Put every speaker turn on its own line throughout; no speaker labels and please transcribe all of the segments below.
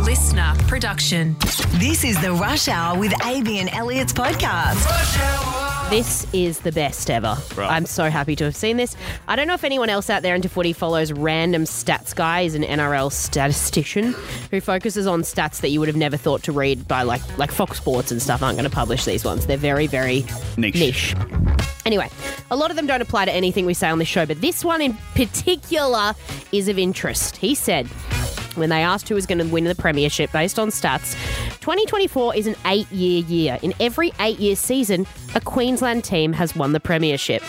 listener production.
This is the Rush Hour with AB and Elliot's podcast.
This is the best ever.
Right.
I'm so happy to have seen this. I don't know if anyone else out there into footy follows Random Stats Guy. He's an NRL statistician who focuses on stats that you would have never thought to read by like like Fox Sports and stuff aren't going to publish these ones. They're very very
Niche.
niche. Anyway, a lot of them don't apply to anything we say on this show, but this one in particular is of interest. He said when they asked who was going to win the premiership based on stats, 2024 is an eight year year. In every eight year season, a Queensland team has won the premiership.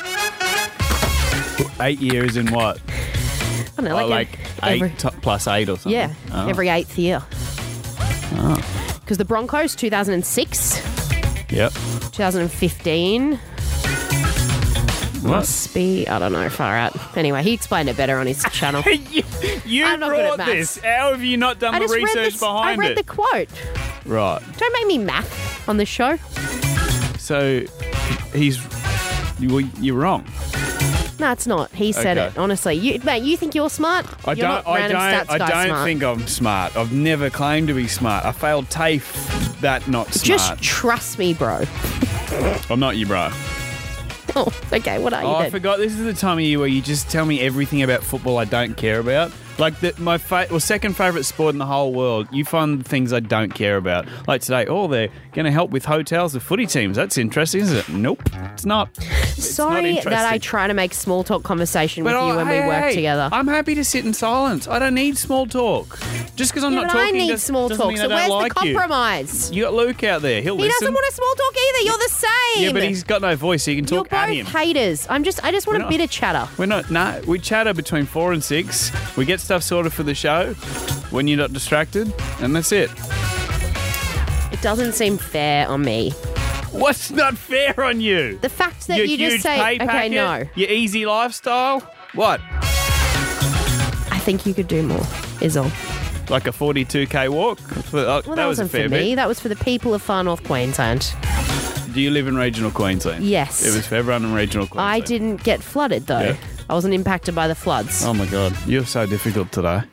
Eight years in what?
I don't know,
Oh, Like,
every-
eight to- plus eight or something.
Yeah,
Oh.
every eighth year. Because the Broncos, 2006,
Yep.
2015,
What?
must be, I don't know, far out. Anyway, he explained it better on his channel.
you you
I'm not good at
brought
maths.
this. How have you not done
I
the
just
research
read this,
behind
I read
it?
the quote.
right.
Don't make me math on the show.
So he's you, well, you're wrong.
No, it's not. He said
Okay.
it. Honestly, you, mate, you think you're smart?
I
you're
don't.
Not
I
random
don't.
Stats
I
guy
don't
smart.
think I'm smart. I've never claimed to be smart. I failed TAFE. That not smart.
Just trust me, bro.
I'm not you, bro.
Oh, okay. What are you
Oh, I
then?
forgot. This is the time of year where you just tell me everything about football I don't care about. Like the, my fa- well, second favorite sport in the whole world. You find the things I don't care about. Like today, oh, they're going to help with hotels with footy teams. That's interesting, isn't it? Nope, it's not. It's not
Sorry
interesting.
that I try to make small talk conversation
But
with you
I-
when
hey,
we work
hey,
together.
I'm happy to sit in silence. I don't need small talk. Just because I'm
yeah,
not
but
talking
I need
does-
small
doesn't
talk.
mean
So
I
where's
don't
the
like
compromise?
You. you got Luke out there. He'll
He
listen.
doesn't want a small talk either. You're the same.
yeah, but he's got no voice, so you can
You're
talk
both
at him.
haters. I'm just. I just want
We're
a
not.
bit of chatter.
We're not. Nah, we chatter between four and six. We get stuff sorted for the show when you're not distracted, and that's it.
It doesn't seem fair on me.
What's not fair on you?
The fact that
your
you
huge
just say,
pay
okay,
packet,
no,
Your easy lifestyle. What?
I think you could do more. Is all.
Like a 42k walk? Well,
Well, that,
that was a
wasn't
fair
for me.
bit.
That was for the people of far north Queensland.
Do you live in regional Queensland?
Yes.
It was for everyone in regional Queensland.
I didn't get flooded though.
Yeah.
I wasn't impacted by the floods.
Oh my god, you're so difficult today.
I'm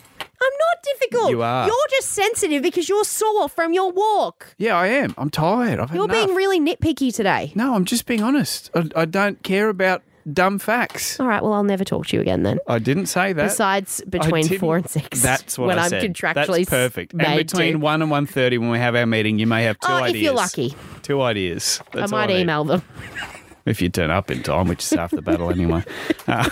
not difficult.
You are.
You're just sensitive because you're sore from your walk.
Yeah, I am. I'm tired. I've had
You're
enough.
being really nitpicky today.
no, I'm just being honest. I, I don't care about dumb facts.
All right, well, I'll never talk to you again then.
I didn't say that.
Oh. Besides
I
between
didn't-
four and six.
That's what
when
I
am
said.
contractually
That's perfect.
Made
and between
to.
one and one thirty, when we have our meeting, you may have two
Oh,
ideas.
if you're lucky.
two ideas.
I
That's all
might
need.
email them.
if you turn up in time, which is half the battle anyway. Uh,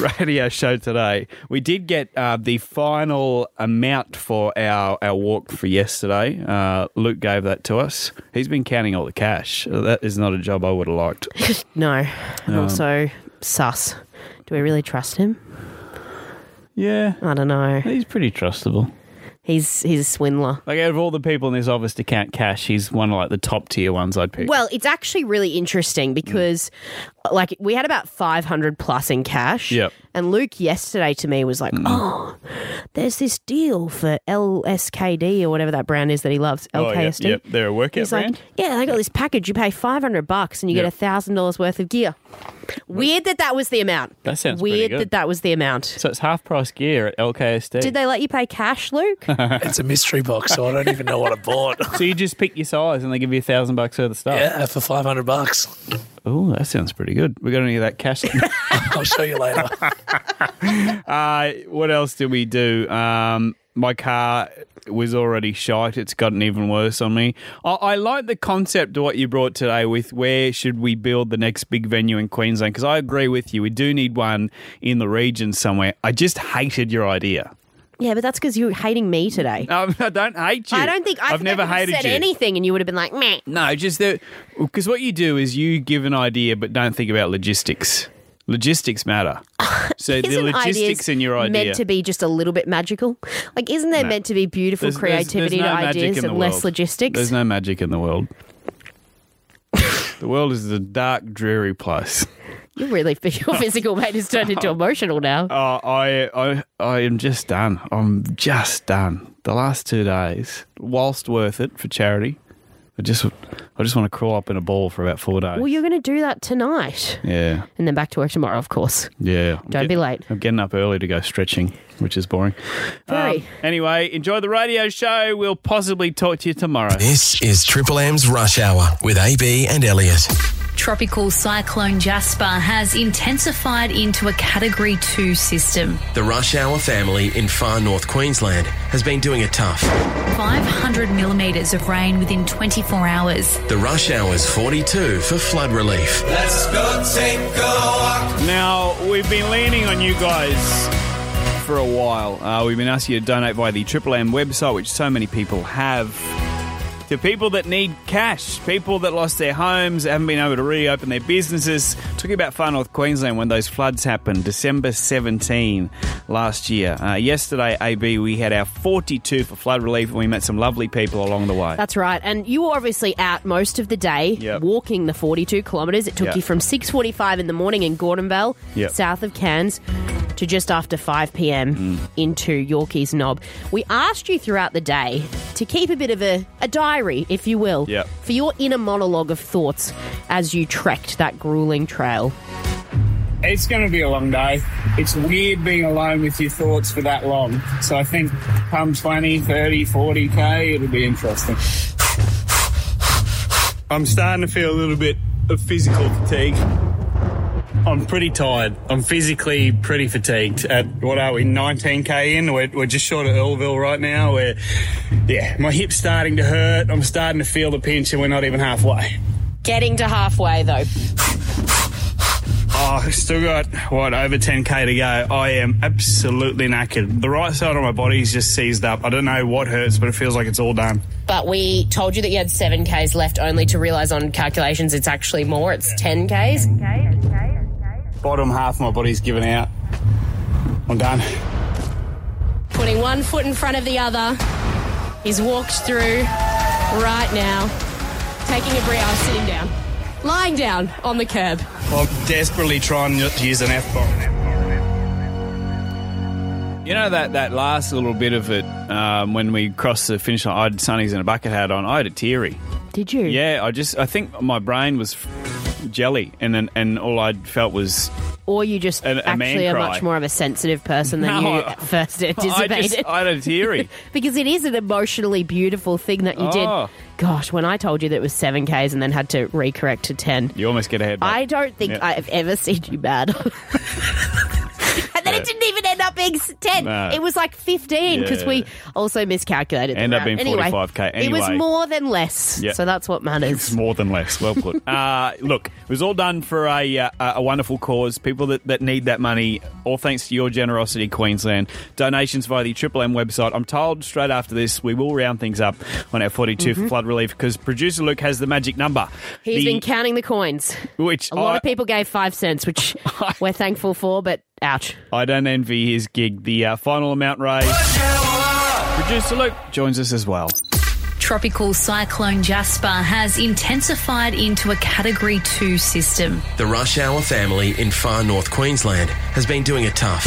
radio show today. We did get uh, the final amount for our our walk for yesterday. Uh, Luke gave that to us. He's been counting all the cash. Uh, That is not a job I would have liked.
No.
Um.
And also, sus. Do we really trust him?
yeah,
I don't know.
he's pretty trustable.
He's he's a swindler.
Like out of all the people in this office to count cash, he's one of like the top tier ones I'd pick.
Well, it's actually really interesting
Mm.
because, like, we had about 500 plus in cash.
Yep. Mm.
And Luke yesterday to me was like, oh, there's this deal for LSKD or whatever that brand is that he loves,
Oh, yeah,
LKSD.
yep, they're a workout
He's
brand.
like, yeah, I got this package. You pay 500 bucks and you
Yep.
get $1,000 worth of gear. Weird that that was the amount.
That sounds pretty
Weird
good.
that that was the amount.
So it's half price gear at LKSD.
Did they let you pay cash, Luke?
It's a mystery box, so I don't even know what I bought.
so you just pick your size and they give you a thousand bucks worth of stuff.
Yeah, for 500 bucks.
Oh, that sounds pretty good. We got any of that cash?
I'll show you later.
uh, what else did we do? Um, my car was already shite. It's gotten even worse on me. I, I like the concept of what you brought today with where should we build the next big venue in Queensland? Because I agree with you. We do need one in the region somewhere. I just hated your idea.
yeah, but that's because you were hating me today.
No, I don't hate you.
I don't think I
I've
think
never
I could have
hated
said
you.
anything, and you would have been like, meh.
No, just that because what you do is you give an idea but don't think about logistics. Logistics matter. So the
Isn't
logistics
ideas
in your idea.
meant to be just a little bit magical? Like, isn't there meant to be beautiful
There's- there's-
creativity
there's no
to
magic
ideas
in the
and less
world.
logistics?
There's no magic in the world. the world is a dark, dreary place.
You really your physical mate has turned into emotional now.
Oh, I, I, I am just done. I'm just done. The last two days, whilst worth it for charity, I just, I just want to crawl up in a ball for about four days.
Well, you're going to do that tonight,
yeah,
and then back to work tomorrow, of course.
yeah. I'm
Don't be
get-
late.
I'm getting up early to go stretching. which is boring. Um,
Very.
Anyway, enjoy the radio show. We'll possibly talk to you tomorrow.
This is Triple M's Rush Hour with AB and Elliot.
Tropical cyclone Jasper has intensified into a Category 2 system.
The Rush Hour family in far north Queensland has been doing it tough.
500 millimetres of rain within 24 hours.
The Rush Hour's 42 for flood relief.
Let's go take a walk.
Now, we've been leaning on you guys for a while. Uh, we've been asking you to donate via the Triple M website, which so many people have, to people that need cash, people that lost their homes, haven't been able to reopen their businesses. Talking about far north Queensland when those floods happened, December 17 last year. Uh, yesterday, AB, we had our 42 for flood relief, and we met some lovely people along the way.
That's right. And you were obviously out most of the day
Yep.
walking the 42 kilometres. It took
Yep.
you from 6.45 in the morning in Gordonville,
Yep.
south of Cairns, to just after 5 p.m.
Mm.
into Yorkie's Knob. We asked you throughout the day to keep a bit of a, a diary, if you will,
Yep.
for your inner monologue of thoughts as you trekked that grueling trail.
It's going to be a long day. It's weird being alone with your thoughts for that long. So I think come 20, 30, 40k, it'll be interesting.
I'm starting to feel a little bit of physical fatigue. I'm pretty tired. I'm physically pretty fatigued. At what are we, 19k in? We're, we're just short of Earlville right now. We're, yeah, my hip's starting to hurt. I'm starting to feel the pinch, and we're not even halfway.
Getting to halfway, though.
Oh, I've still got, what, over 10k to go. I am absolutely knackered. The right side of my body is just seized up. I don't know what hurts, but it feels like it's all done.
But we told you that you had 7Ks left only to realise on calculations it's actually more. It's 10Ks.
Bottom half of my body's given out. I'm done.
putting one foot in front of the other. He's walked through right now, taking a breather, sitting down, lying down on the curb.
I'm desperately trying not to use an F bomb.
You know that that last little bit of it um, when we crossed the finish line. I had sunnies and a bucket hat on. I had a teary.
Did you?
Yeah, I just I think my brain was jelly, and then and all I felt was
Or you just
A- a man
actually are
cry.
much more of a sensitive person than
No,
you
I-
at first
"Oh, I
anticipated.
just I had a teary.
because it is an emotionally beautiful thing that you
Oh.
did. Gosh, when I told you that it was 7Ks and then had to recorrect to 10.
you almost get ahead.
I don't think
Yeah.
I've ever seen you mad. and then it didn't even end up being s- 10.
No.
It was like 15 because
Yeah.
we also miscalculated. the
Ended up
round.
being 45K
It was
anyway.
more than less.
Yeah.
So that's what matters.
More than less. Well put. Uh, look, it was all done for a uh, a wonderful cause. People that, that need that money, all thanks to your generosity, Queensland. Donations via the Triple M website. I'm told straight after this, we will round things up on our 42 for flood relief because producer Luke has the magic number.
Mm-hmm. He's
The-
been counting the coins.
which
A lot
I,
of people gave five cents, which we're thankful for, but ouch.
I don't envy his gig. The uh, final amount raised. Producer Luke joins us as well.
Tropical cyclone Jasper has intensified into a Category 2 system.
The Rush Hour family in far north Queensland has been doing it tough.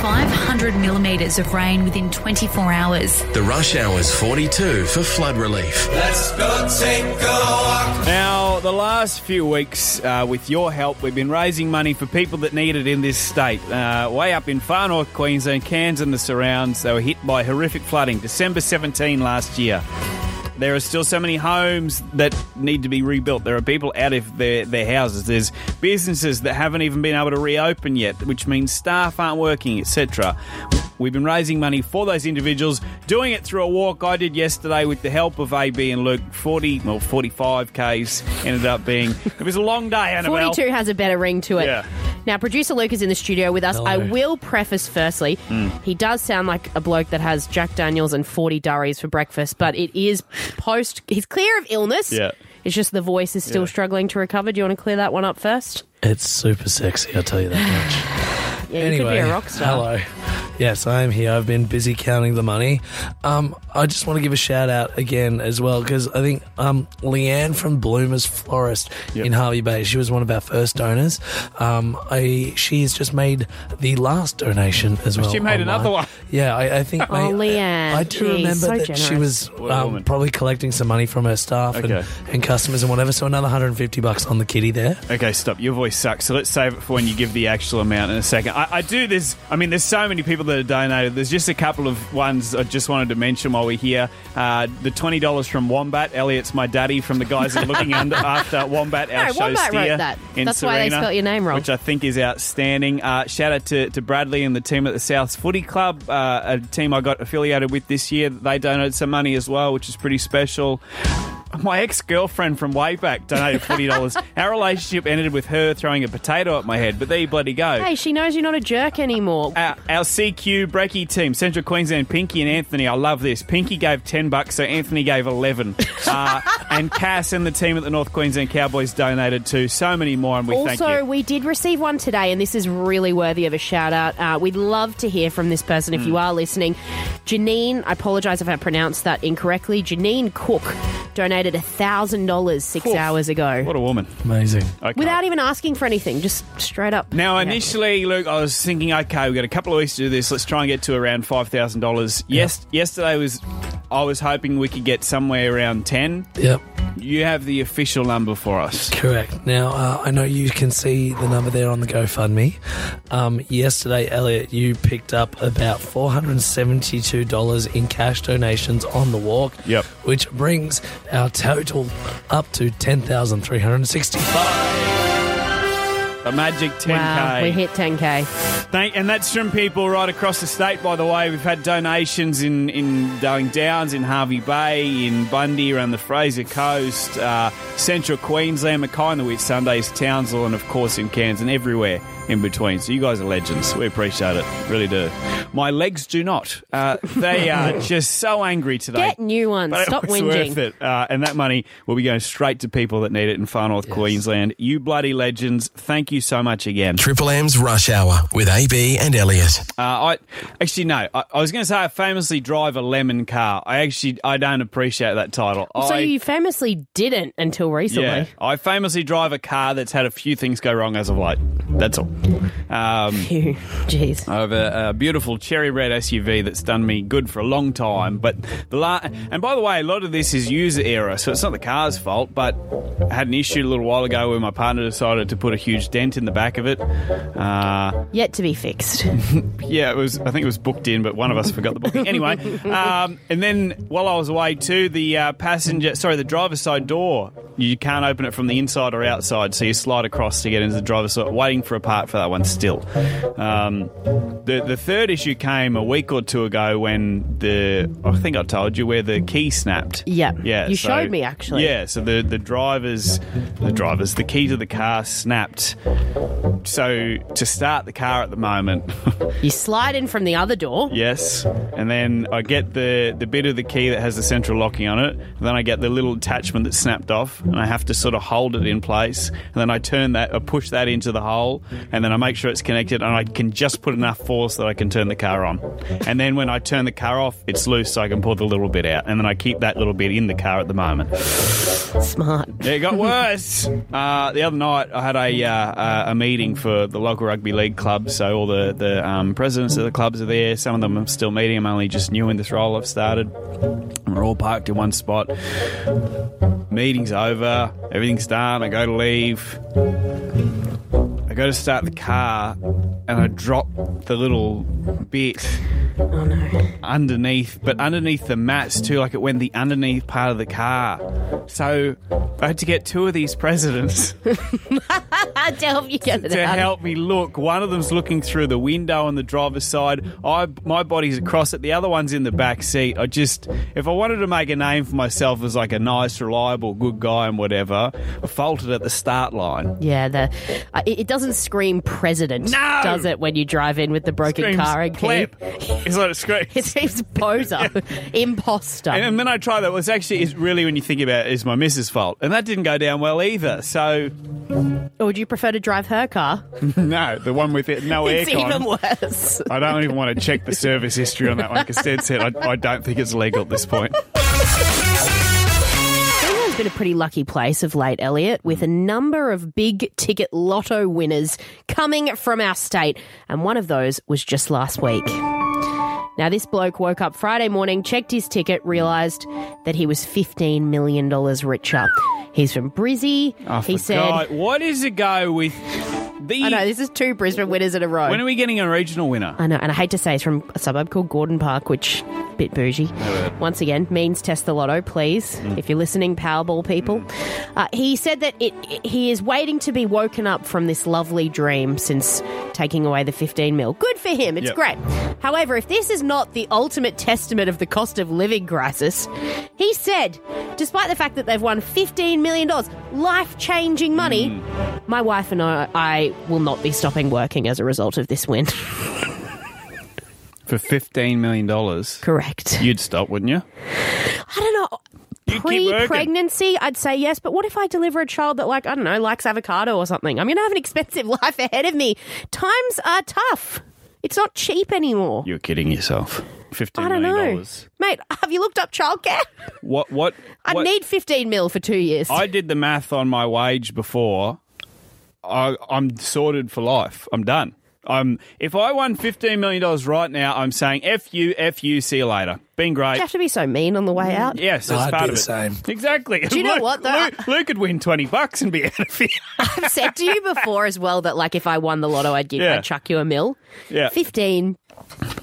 500 millimetres of rain within 24 hours.
The Rush Hour's 42 for flood relief.
Let's go take a walk.
Now, the last few weeks, uh, with your help, we've been raising money for people that need it in this state. Uh, way up in far north Queensland, Cairns and the surrounds, they were hit by horrific flooding December 17 last year. There are still so many homes that need to be rebuilt. There are people out of their, their houses. There's businesses that haven't even been able to reopen yet, which means staff aren't working, etc. We've been raising money for those individuals, doing it through a walk I did yesterday with the help of AB and Luke. 40, well, 45 Ks ended up being. It was a long day, Annabelle.
42 has a better ring to it.
Yeah.
Now, producer Luke is in the studio with us. I will preface firstly, he does sound like a bloke that has Jack Daniels and 40 durries for breakfast, but it is post. He's clear of illness.
Yeah.
It's just the voice is still
Yeah.
struggling to recover. Do you want to clear that one up first?
It's super sexy, I'll tell you that much.
Yeah, you
anyway,
could be a rock star.
hello. Yes, I am here. I've been busy counting the money. Um, I just want to give a shout out again as well because I think um, Leanne from Bloomers Florist in Harvey Bay, she was one of our first donors. Um, I she has just made the last donation as well.
She made
online.
another one.
Yeah, I, I think.
Oh,
mate,
Leanne.
I do
Jeez,
remember
so
that she was
What a woman.
um, probably collecting some money from her staff
Okay.
and, and customers and whatever. So another 150 bucks on the kitty there.
Okay, stop. Your voice sucks. So let's save it for when you give the actual amount in a second. I, I do this. I mean, there's so many people that have donated. There's just a couple of ones I just wanted to mention while we're here. Uh, the twenty dollars from Wombat. Elliot's my daddy from the guys that are looking under, after Wombat. Our
No,
show
Wombat wrote
steer
that.
in
That's why they
Serena,
spelt your name wrong.
which I think is outstanding. Uh, shout out to, to Bradley and the team at the Souths Footy Club, uh, a team I got affiliated with this year. They donated some money as well, which is pretty special. My ex girlfriend from way back donated forty dollars. Our relationship ended with her throwing a potato at my head, but there you bloody go.
Hey, she knows you're not a jerk anymore.
Our, our CQ Brecky team, Central Queensland, Pinky and Anthony. I love this. Pinky gave ten bucks, so Anthony gave eleven. Uh, and Cass and the team at the North Queensland Cowboys donated too. So many more, and we thank
also,
you.
we did receive one today, and this is really worthy of a shout out. Uh, we'd love to hear from this person if you
Hmm.
are listening. Janine, I apologise if I pronounced that incorrectly. Janine Cook donated $1,000 six
Oof.
hours ago.
What a woman.
Amazing.
Okay.
Without even asking for anything, just straight up.
now,
Yeah.
initially, Luke, I was thinking, okay, we've got a couple of weeks to do this. Let's try and get to around five thousand dollars. Yes, yesterday was, I was hoping we could get somewhere around ten.
Yep.
You have the official number for us.
Correct. Now, uh, I know you can see the number there on the GoFundMe. Um, yesterday, Elliot, you picked up about $472 in cash donations on the walk.
Yep.
Which brings our total up to 10365
The magic ten k.
Wow, we hit 10K.
Thank, and that's from people right across the state, by the way. We've had donations in, in Darling Downs, in Harvey Bay, in Bundy, around the Fraser Coast, uh, central Queensland, Mackay, the Whit Sundays, Townsville, and of course in Cairns, and everywhere in between. So you guys are legends. We appreciate it. Really do. My legs do not. Uh, they are just so angry today.
Get new ones.
But
Stop
it was
whinging.
worth it. Uh, and that money will be going straight to people that need it in far north Queensland. You bloody legends. Thank you so much again.
Triple M's Rush Hour with AB and Elliot.
Uh, I actually no. I, I was going to say I famously drive a lemon car. I actually I don't appreciate that title.
So
I,
you famously didn't until recently.
yeah, I famously drive a car that's had a few things go wrong as of late. That's all. Um,
Phew. Jeez.
I have a, a beautiful cherry red SUV that's done me good for a long time. But the la- and by the way, a lot of this is user error, so it's not the car's fault. But I had an issue a little while ago where my partner decided to put a huge dent in the back of it. Uh,
Yet to be fixed.
yeah, it was. I think it was booked in, but one of us forgot the booking. Anyway, um, and then while I was away too, the uh, passenger, sorry, the driver's side door, you can't open it from the inside or outside, so you slide across to get into the driver's side. Waiting for a part for that one still. Um, the the third issue came a week or two ago when the I think I told you where the key snapped.
Yeah.
yeah.
You
so-
showed me, actually.
Yeah, so the the drivers, the drivers, the key to the car snapped. So to start the car at the moment.
you slide in from the other door.
Yes, and then I get the the bit of the key that has the central locking on it. And then I get the little attachment that's snapped off, and I have to sort of hold it in place. And then I turn that, I push that into the hole, and then I make sure it's connected, and I can just put enough force that I can turn the car on. And then when I turn the car off, it's loose, so I can pull the little bit out, and then I keep that little bit in the car at the moment.
Smart.
It got worse. uh, the other night, I had a uh, uh, a meeting for the local rugby league club. So all the the um, presidents of the clubs are there. Some of them I'm still meeting. I'm only just new in this role. I've started. And we're all parked in one spot. Meeting's over. Everything's done. I go to leave. I go to start the car, and I drop the little bit
Oh, no.
underneath, but underneath the mats too. Like it went the underneath part of the car. So I had to get two of these presidents
I to help you get it
to
out.
help me look. One of them's looking through the window on the driver's side. I my body's across it. The other one's in the back seat. I just, if I wanted to make a name for myself as like a nice, reliable, good guy and whatever, I faltered at the start line.
Yeah, the uh, it, it doesn't scream president,
No!
does it? When you drive in with the broken
Screams
car and
pleb.
key,
It's like it screams.
it seems poser, imposter.
And, and then I tried that. Well, it's actually, it's really when you think about it, it's my missus' fault. And that didn't go down well either. So,
or would you prefer to drive her car?
no, the one with it, no
It's
aircon.
even worse.
I don't even want to check the service history on that one because Ted said I, I don't think it's legal at this point.
Queensland's been a pretty lucky place of late, Elliot, with a number of big ticket lotto winners coming from our state, and one of those was just last week. Now, this bloke woke up Friday morning, checked his ticket, realised that he was $15 million richer. He's from Brizzy.
I
he
forgot.
said,
What is the go with the.
I know, this is two Brisbane winners in a row.
when are we getting a regional winner?
I know, and I hate to say it's from a suburb called Gordon Park, which bit bougie. Once again, means test the lotto, please. If you're listening, Powerball people, uh, he said that it, it- he is waiting to be woken up from this lovely dream since taking away the 15 mil. Good for him. It's
Yep.
great. However, if this is not the ultimate testament of the cost of living crisis, he said, despite the fact that they've won 15 million dollars, life-changing money, my wife and I, I will not be stopping working as a result of this win.
For $15 million.
Correct.
You'd stop, wouldn't you?
I don't know.
keep working.
Pre pregnancy, I'd say yes, but what if I deliver a child that, like, I don't know, likes avocado or something? I'm going to have an expensive life ahead of me. Times are tough. It's not cheap anymore.
You're kidding yourself. Fifteen
I don't know.
dollars.
Mate, have you looked up childcare?
What? What?
I
what-
need 15 mil for two years.
I did the math on my wage before. I, I'm sorted for life. I'm done. I'm. If I won fifteen million dollars right now, I'm saying f you, f you. See you later. Been
you
great.
have to be so mean on the way out.
Yes, that's
I'd
part
be
of
the
it.
same.
Exactly. Do
you know what, though?
Luke, Luke could win twenty bucks and be out of here.
I've said to you before as well that, like, if I won the lotto, I'd give,
Yeah.
I'd chuck you a mil.
Yeah.
15.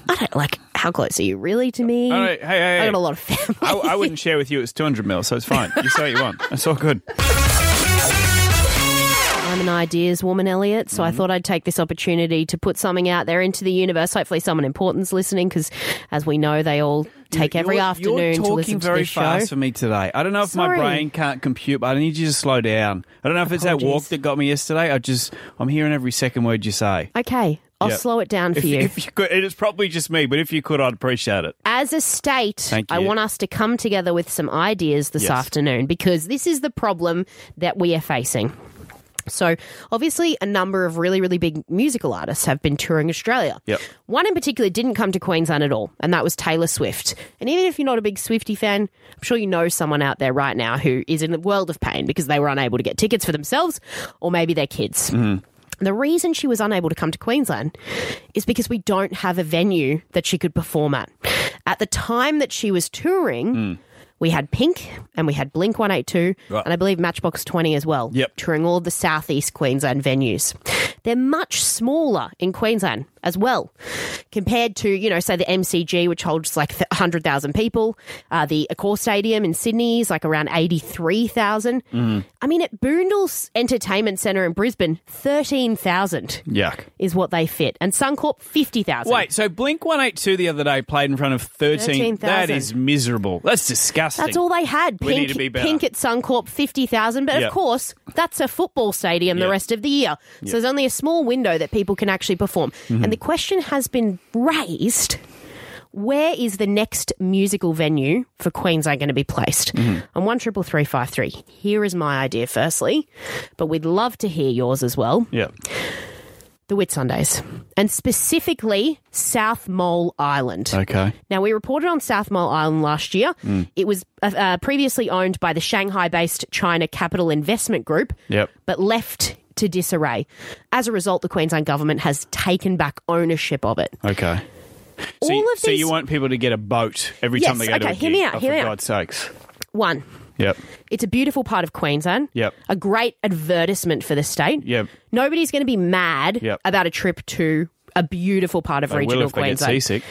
I don't like, how close are you really to me?
All right, hey,
I
hey, hey.
got a lot of family.
I, I wouldn't share with you. It's two hundred mil, so it's fine. You say what you want. It's all good.
I'm an ideas woman, Elliot, so I
Mm-hmm.
thought I'd take this opportunity to put something out there into the universe. Hopefully, someone important's listening because, as we know, they all take every
You're-
afternoon
You're
to
talking
listen to
very
this show.
fast for me today. I don't know if
Sorry.
my brain can't compute, but I need you to slow down. I don't know if it's that walk
Apologies.
that got me yesterday. I just I'm hearing every second word you say.
Okay, I'll
Yep.
slow it down for
If,
you.
if you could, it's probably just me, but if you could, I'd appreciate it.
as a state,
Thank
I
you.
want us to come together with some ideas this
Yes.
afternoon because this is the problem that we are facing. So, obviously, a number of really, really big musical artists have been touring Australia.
Yep.
One in particular didn't come to Queensland at all, and that was Taylor Swift. And even if you're not a big Swifty fan, I'm sure you know someone out there right now who is in a world of pain because they were unable to get tickets for themselves or maybe their kids. The reason she was unable to come to Queensland is because we don't have a venue that she could perform at. At the time that she was touring, we had Pink and we had Blink 182 and I believe Matchbox 20 as well,
Yep.
touring all the southeast Queensland venues. They're much smaller in Queensland as well, compared to, you know, say the MCG, which holds like th- 100,000 people. Uh, the Accor Stadium in Sydney is like around 83,000. I mean, at Boondall's Entertainment Centre in Brisbane, 13,000
Yuck.
is what they fit. And Suncorp, 50,000.
Wait, so Blink 182 the other day played in front of 13.
13,000.
That is miserable. That's disgusting.
That's all they had. Pink,
We need to be better.
Pink at Suncorp, 50,000. But
Yeah.
of course, that's a football stadium the
Yeah. Mm-hmm.
rest of the year. So there's only a small window that people can actually perform. And the question has been raised where is the next musical venue for Queensland going to be placed?
Mm-hmm.
On one triple three five three. Here is my idea, firstly, but we'd love to hear yours as well.
Yeah.
The Whitsundays, and specifically South Mole Island.
Okay.
Now, we reported on South Mole Island last year.
Mm.
It was uh, uh, previously owned by the Shanghai based China Capital Investment Group,
Yep.
but left to disarray. As a result, the Queensland government has taken back ownership of it.
Okay. So,
All
you,
of
so
these-
you want people to get a boat every
Yes,
time they go to a
okay, hear me
gig?
out,
Oh,
hear
for
me out.
God's sakes.
One,
Yep.
it's a beautiful part of Queensland.
Yep.
A great advertisement for the state.
Yep.
Nobody's going to be mad
Yep.
about a trip to a beautiful part of
They
regional
will if they get
Queensland.
seasick.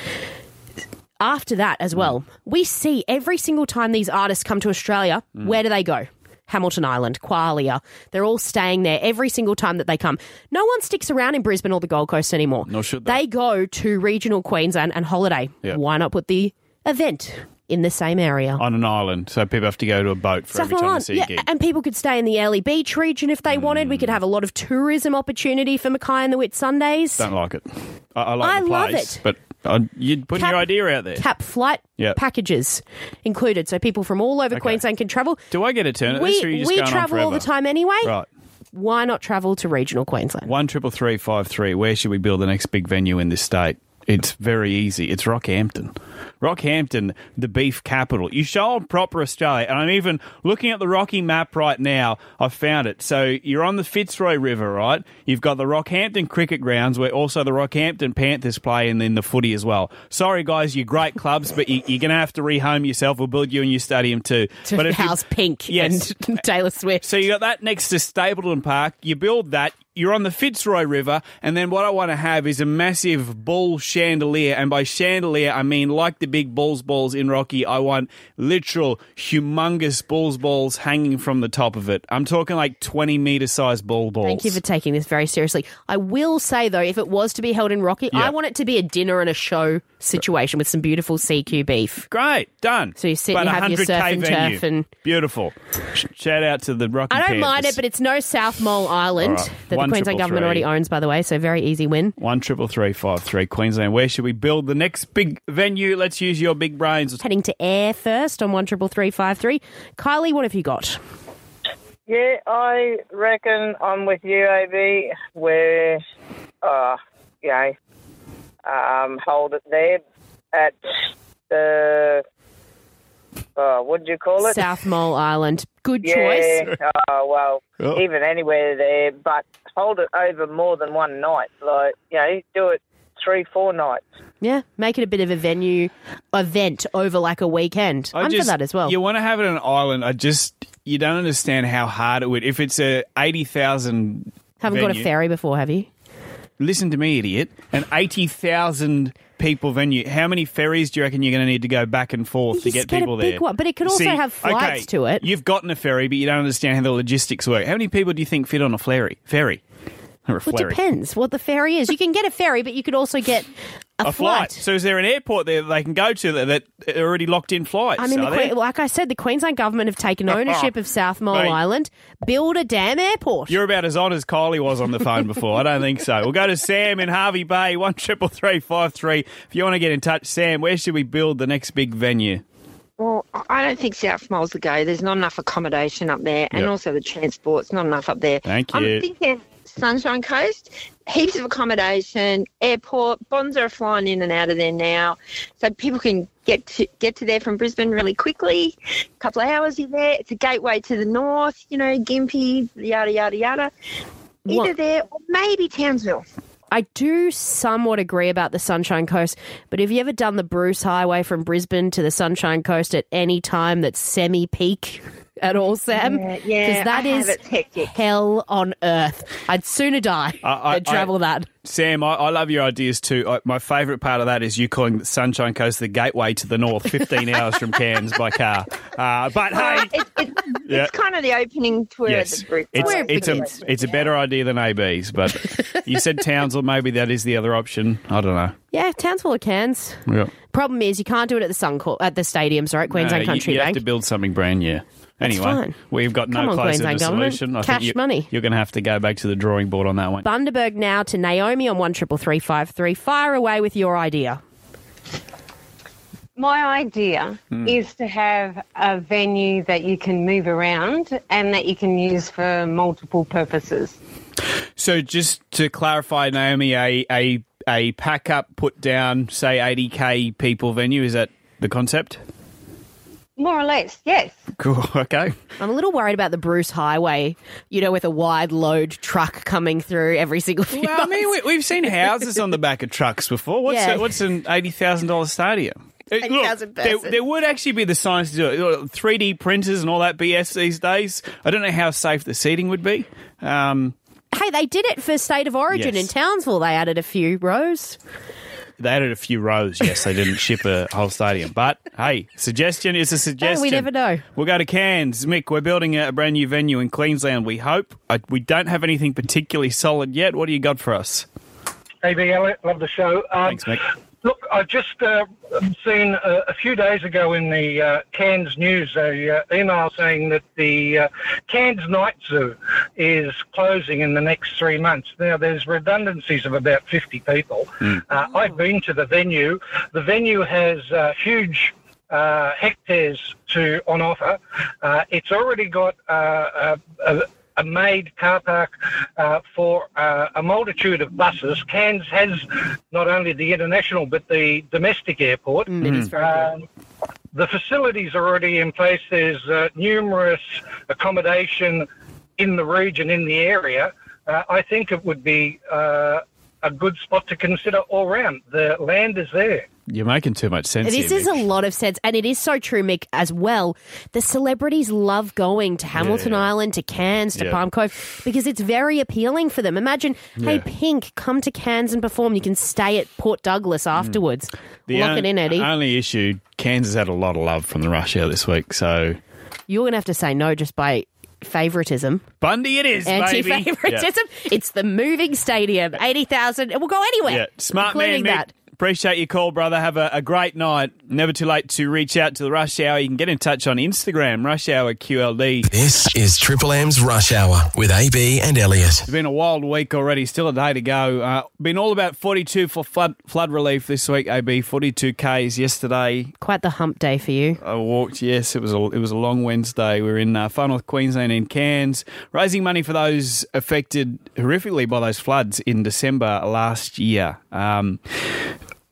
after that as well,
Mm.
we see every single time these artists come to Australia,
Mm.
where do they go? Hamilton Island, Qualia. They're all staying there every single time that they come. No one sticks around in Brisbane or the Gold Coast anymore.
Nor should they.
They go to regional Queensland and holiday.
Yeah.
Why not put the event in the same area?
On an island, so people have to go to a boat for every
Stuff
time
like
they
that.
see a gig. Mm.
yeah, and people could stay in the early beach region if they wanted. We could have a lot of tourism opportunity for Mackay and the Whit Sundays.
Don't like it. I, I like
I
the
love
place,
it.
but uh, you're putting
Cap-
your idea out there.
Cap flight
Yep.
packages included, so people from all over Queensland can travel.
Do I get a turn at this? Or are you
we
just
we
going on
travel all the
forever?
time anyway.
Right.
Why not travel to regional Queensland?
One triple three five three. Where should we build the next big venue in this state? It's very easy. It's Rockhampton. Rockhampton, the beef capital. You show on proper Australia, and I'm even looking at the Rocky map right now. I found it. So you're on the Fitzroy River, right? You've got the Rockhampton cricket grounds where also the Rockhampton Panthers play, and then the footy as well. Sorry, guys, you're great clubs, but you, you're going to have to rehome yourself. We'll build you a new stadium too.
To
but if you-
House Pink
Yes.
and Taylor Swift.
so you got that next to Stapleton Park. You build that. You're on the Fitzroy River, and then what I want to have is a massive bull chandelier. And by chandelier, I mean like the big bulls balls in Rocky. I want literal humongous bulls balls hanging from the top of it. I'm talking like 20 meter sized bull balls.
Thank you for taking this very seriously. I will say though, if it was to be held in Rocky,
Yeah.
I want it to be a dinner and a show situation with some beautiful CQ beef.
Great, done.
So you sit
But
and you have your
100K
surf and turf
venue.
and-
beautiful. Sh- Shout out to the Rocky.
I don't mind it,
Panthers.
but it's no South Mole Island
All right.
that
One
the Queensland
triple
government
three.
already owns, by the way. So very easy win.
one triple three five three Queensland. Where should we build the next big venue? Let's use your big brains.
Heading to air first on one triple three five three. Kylie, what have you got?
Yeah, I reckon I'm with you, AB, where, uh, you know, um, hold it there at the, uh, what do you call it?
South Mole Island. Good
yeah,
choice.
oh, well,
Oh.
even anywhere there, but hold it over more than one night. Like, you know, do it three, four nights.
Yeah, make it a bit of a venue event over like a weekend. I am for that as well.
You want to have it on an island. I just you don't understand how hard it would. If it's a eighty thousand,
Haven't got a
venue.
ferry before, have you?
listen to me, idiot. An eighty thousand people venue. How many ferries do you reckon you're going to need to go back and forth to
You
get
just get a
people
big
there?
one, but it could also
See,
have flights
okay,
to it.
You've gotten a ferry, but you don't understand how the logistics work. How many people do you think fit on a ferry? Ferry. Or a
Well, it
ferry.
depends what the ferry is. You can get a ferry, but you could also get a,
a flight. So is there an airport there that they can go to that, that are already locked in flights?
I mean, the
Are there?
que- like I said, the Queensland government have taken ownership of South Mole
Mate.
Island. Build a damn airport.
You're about as on as Kylie was on the phone before. I don't think so. We'll go to Sam in Harvey Bay, one triple three five three. If you want to get in touch, Sam, where should we build the next big venue?
Well, I- I don't think South Mole's the go. There's not enough accommodation up there, and
Yep.
also the transport's not enough up there.
Thank you.
I'm thinking Sunshine Coast, heaps of accommodation, airport. Bonds are flying in and out of there now, so people can get to get to there from Brisbane really quickly. A couple of hours you're there. It's a gateway to the north. You know, Gympie, yada yada yada. Either
What-
there or maybe Townsville.
I do somewhat agree about the Sunshine Coast, but have you ever done the Bruce Highway from Brisbane to the Sunshine Coast at any time that's semi peak at all, Sam?
Yeah, yeah,
Because that
I have.
is
It's hectic.
hell on earth. I'd sooner die
I-
than
I-
travel that.
Sam, I, I love your ideas too. I, my favourite part of that is you calling the Sunshine Coast the gateway to the north, 15 hours from Cairns by car. Uh, but hey,
It, it,
Yeah.
It's kind of the opening to where
yes,
the Bruce
it's,
Highway
it's,
begins.
a, it's a better idea than AB's, but you said Townsville, maybe that is the other option. I don't know.
Yeah, Townsville or Cairns.
Yeah.
Problem is, you can't do it at the Suncourt at the stadiums, right? Queensland
No, you-
Country
you,
Bank.
have to build something brand new. Anyway,
fine.
we've got no
Come on,
closer
Queensland
to
government.
solution.
Cash
you,
money.
You're going to have to go back to the drawing board on that one.
Bundaberg now to Naomi on one triple three five three. Fire away with your idea.
My idea is to have a venue that you can move around and that you can use for multiple purposes.
So, just to clarify, Naomi, a a a pack up, put down, say 80k people venue. Is that the concept?
More or less, yes.
Cool. Okay.
I'm a little worried about the Bruce Highway, you know, with a wide load truck coming through every single few
Well, I
months.
mean, we, we've seen houses on the back of trucks before. What's
Yeah.
a- what's an eighty thousand dollar stadium? It- Uh, look,
80,000
there,
person.
there would actually be the science to do it. Look, 3D printers and all that BS these days. I don't know how safe the seating would be. Um,
hey, they did it for State of Origin
Yes.
in Townsville. They added a few rows.
They added a few rows. Yes, they didn't ship a whole stadium. But hey, suggestion is a suggestion.
never know.
We'll go to Cairns. Mick, we're building a brand new venue in Queensland, we hope. I, we don't have anything particularly solid yet. What do you got for us?
AB Elliott, love the show. Um,
Thanks, Mick.
Look, I've just uh, seen a, a few days ago in the uh, Cairns News a uh, email saying that the uh, Cairns Night Zoo is closing in the next three months. Now, there's redundancies of about 50 people. Uh, I've been to the venue. The venue has uh, huge uh, hectares to on offer. Uh, it's already got uh, a, a, a made car park uh, for uh, a multitude of buses. Cairns has not only the international but the domestic airport.
Mm, it is very good.
Um, the facilities are already in place. There's uh, numerous accommodation in the region, in the area. Uh, I think it would be uh, a good spot to consider all round. The land is there.
You're making too much sense.
This
here,
is a lot of sense, and it is so true, Mick, as well. The celebrities love going to Hamilton Island, to Cairns, to
Yeah.
Palm Cove, because it's very appealing for them. Imagine, hey,
Yeah.
Pink, come to Cairns and perform. You can stay at Port Douglas afterwards.
Mm. The uh,
Lock
on-
it in, Eddie.
Only issue: Kansas had a lot of love from the rush hour this week, so
You're going to have to say no just by favoritism.
Bundy, it is,
Anti
baby.
favoritism. It's the moving stadium, 80,000. It will go anywhere.
Yeah, smart man,
including
Mick.
that.
Appreciate your call, brother. Have a, a great night. Never too late to reach out to the Rush Hour. You can get in touch on Instagram, Rush Hour QLD.
This is Triple M's Rush Hour with AB and Elliot.
It's been a wild week already. Still a day to go. Uh, been all about 42 for flood flood relief this week. AB 42 k's yesterday.
Quite the hump day for you.
I walked. Yes, it was a it was a long Wednesday. We were in uh, far north Queensland in Cairns, raising money for those affected horrifically by those floods in December last year. Um,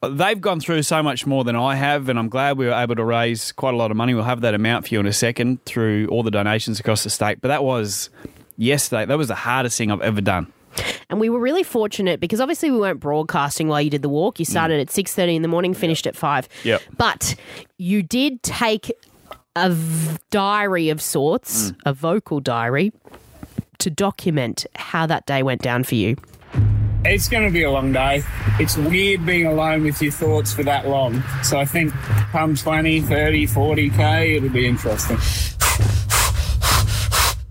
they've gone through so much more than I have, and I'm glad we were able to raise quite a lot of money. We'll have that amount for you in a second through all the donations across the state. But that was yesterday. That was the hardest thing I've ever done.
and we were really fortunate because obviously we weren't broadcasting while you did the walk.
Mm.
You started at six thirty in the morning, finished at five.
Yep.
But you did take a v- diary of sorts,
Mm.
a vocal diary, to document how that day went down for you.
It's going to be a long day. It's weird being alone with your thoughts for that long. So I think come 20, 30, 40k, it'll be interesting.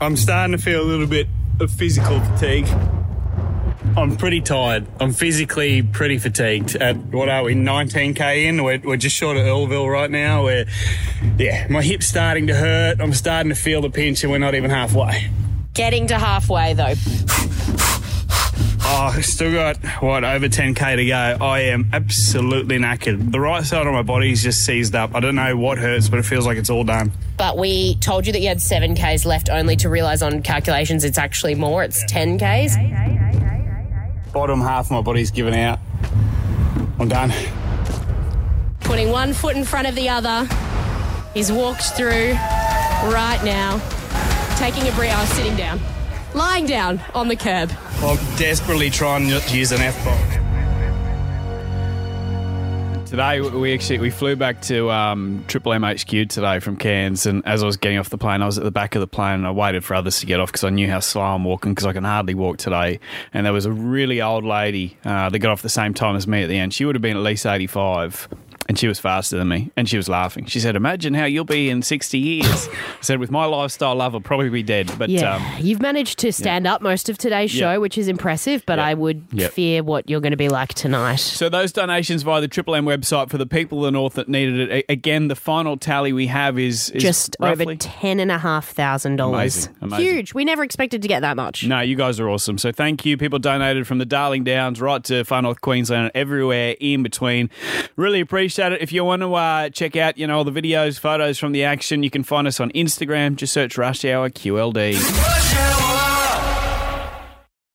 I'm starting to feel a little bit of physical fatigue. I'm pretty tired. I'm physically pretty fatigued. At what are we, 19k in? We're, we're just short of Earlville right now. Where, yeah, my hip's starting to hurt. I'm starting to feel the pinch, and we're not even halfway.
Getting to halfway though.
Oh, I've still got what over 10k to go. I am absolutely knackered. The right side of my body's just seized up. I don't know what hurts, but it feels like it's all done.
But we told you that you had seven Ks left only to realise on calculations it's actually more, it's ten Ks.
Bottom half of my body's given out. I'm done.
Putting one foot in front of the other. He's walked through right now, taking a breath. I was sitting down, lying down on the curb.
I'm desperately trying not to use an F bomb.
Today we actually we flew back to um, Triple M HQ today from Cairns, and as I was getting off the plane, I was at the back of the plane and I waited for others to get off because I knew how slow I'm walking because I can hardly walk today. And there was a really old lady uh, that got off the same time as me at the end. She would have been at least 85, and she was faster than me, and she was laughing. She said, "Imagine how you'll be in 60 years." I said, "With my lifestyle, love, I'll probably be dead." But
yeah,
um,
you've managed to stand up most of today's
Yeah.
show, which is impressive. But I would
Yeah.
fear what you're going to be like tonight.
So those donations via the Triple M website for the people of the North that needed it. A- Again, the final tally we have is, is
Just over
roughly-
ten and a half thousand dollars.
Amazing, amazing.
Huge. We never expected to get that much.
No, you guys are awesome. So thank you. People donated from the Darling Downs right to Far North Queensland and everywhere in between. Really appreciate it. If you want to uh, check out, you know, all the videos, photos from the action, you can find us on Instagram. Just search Rush Hour QLD.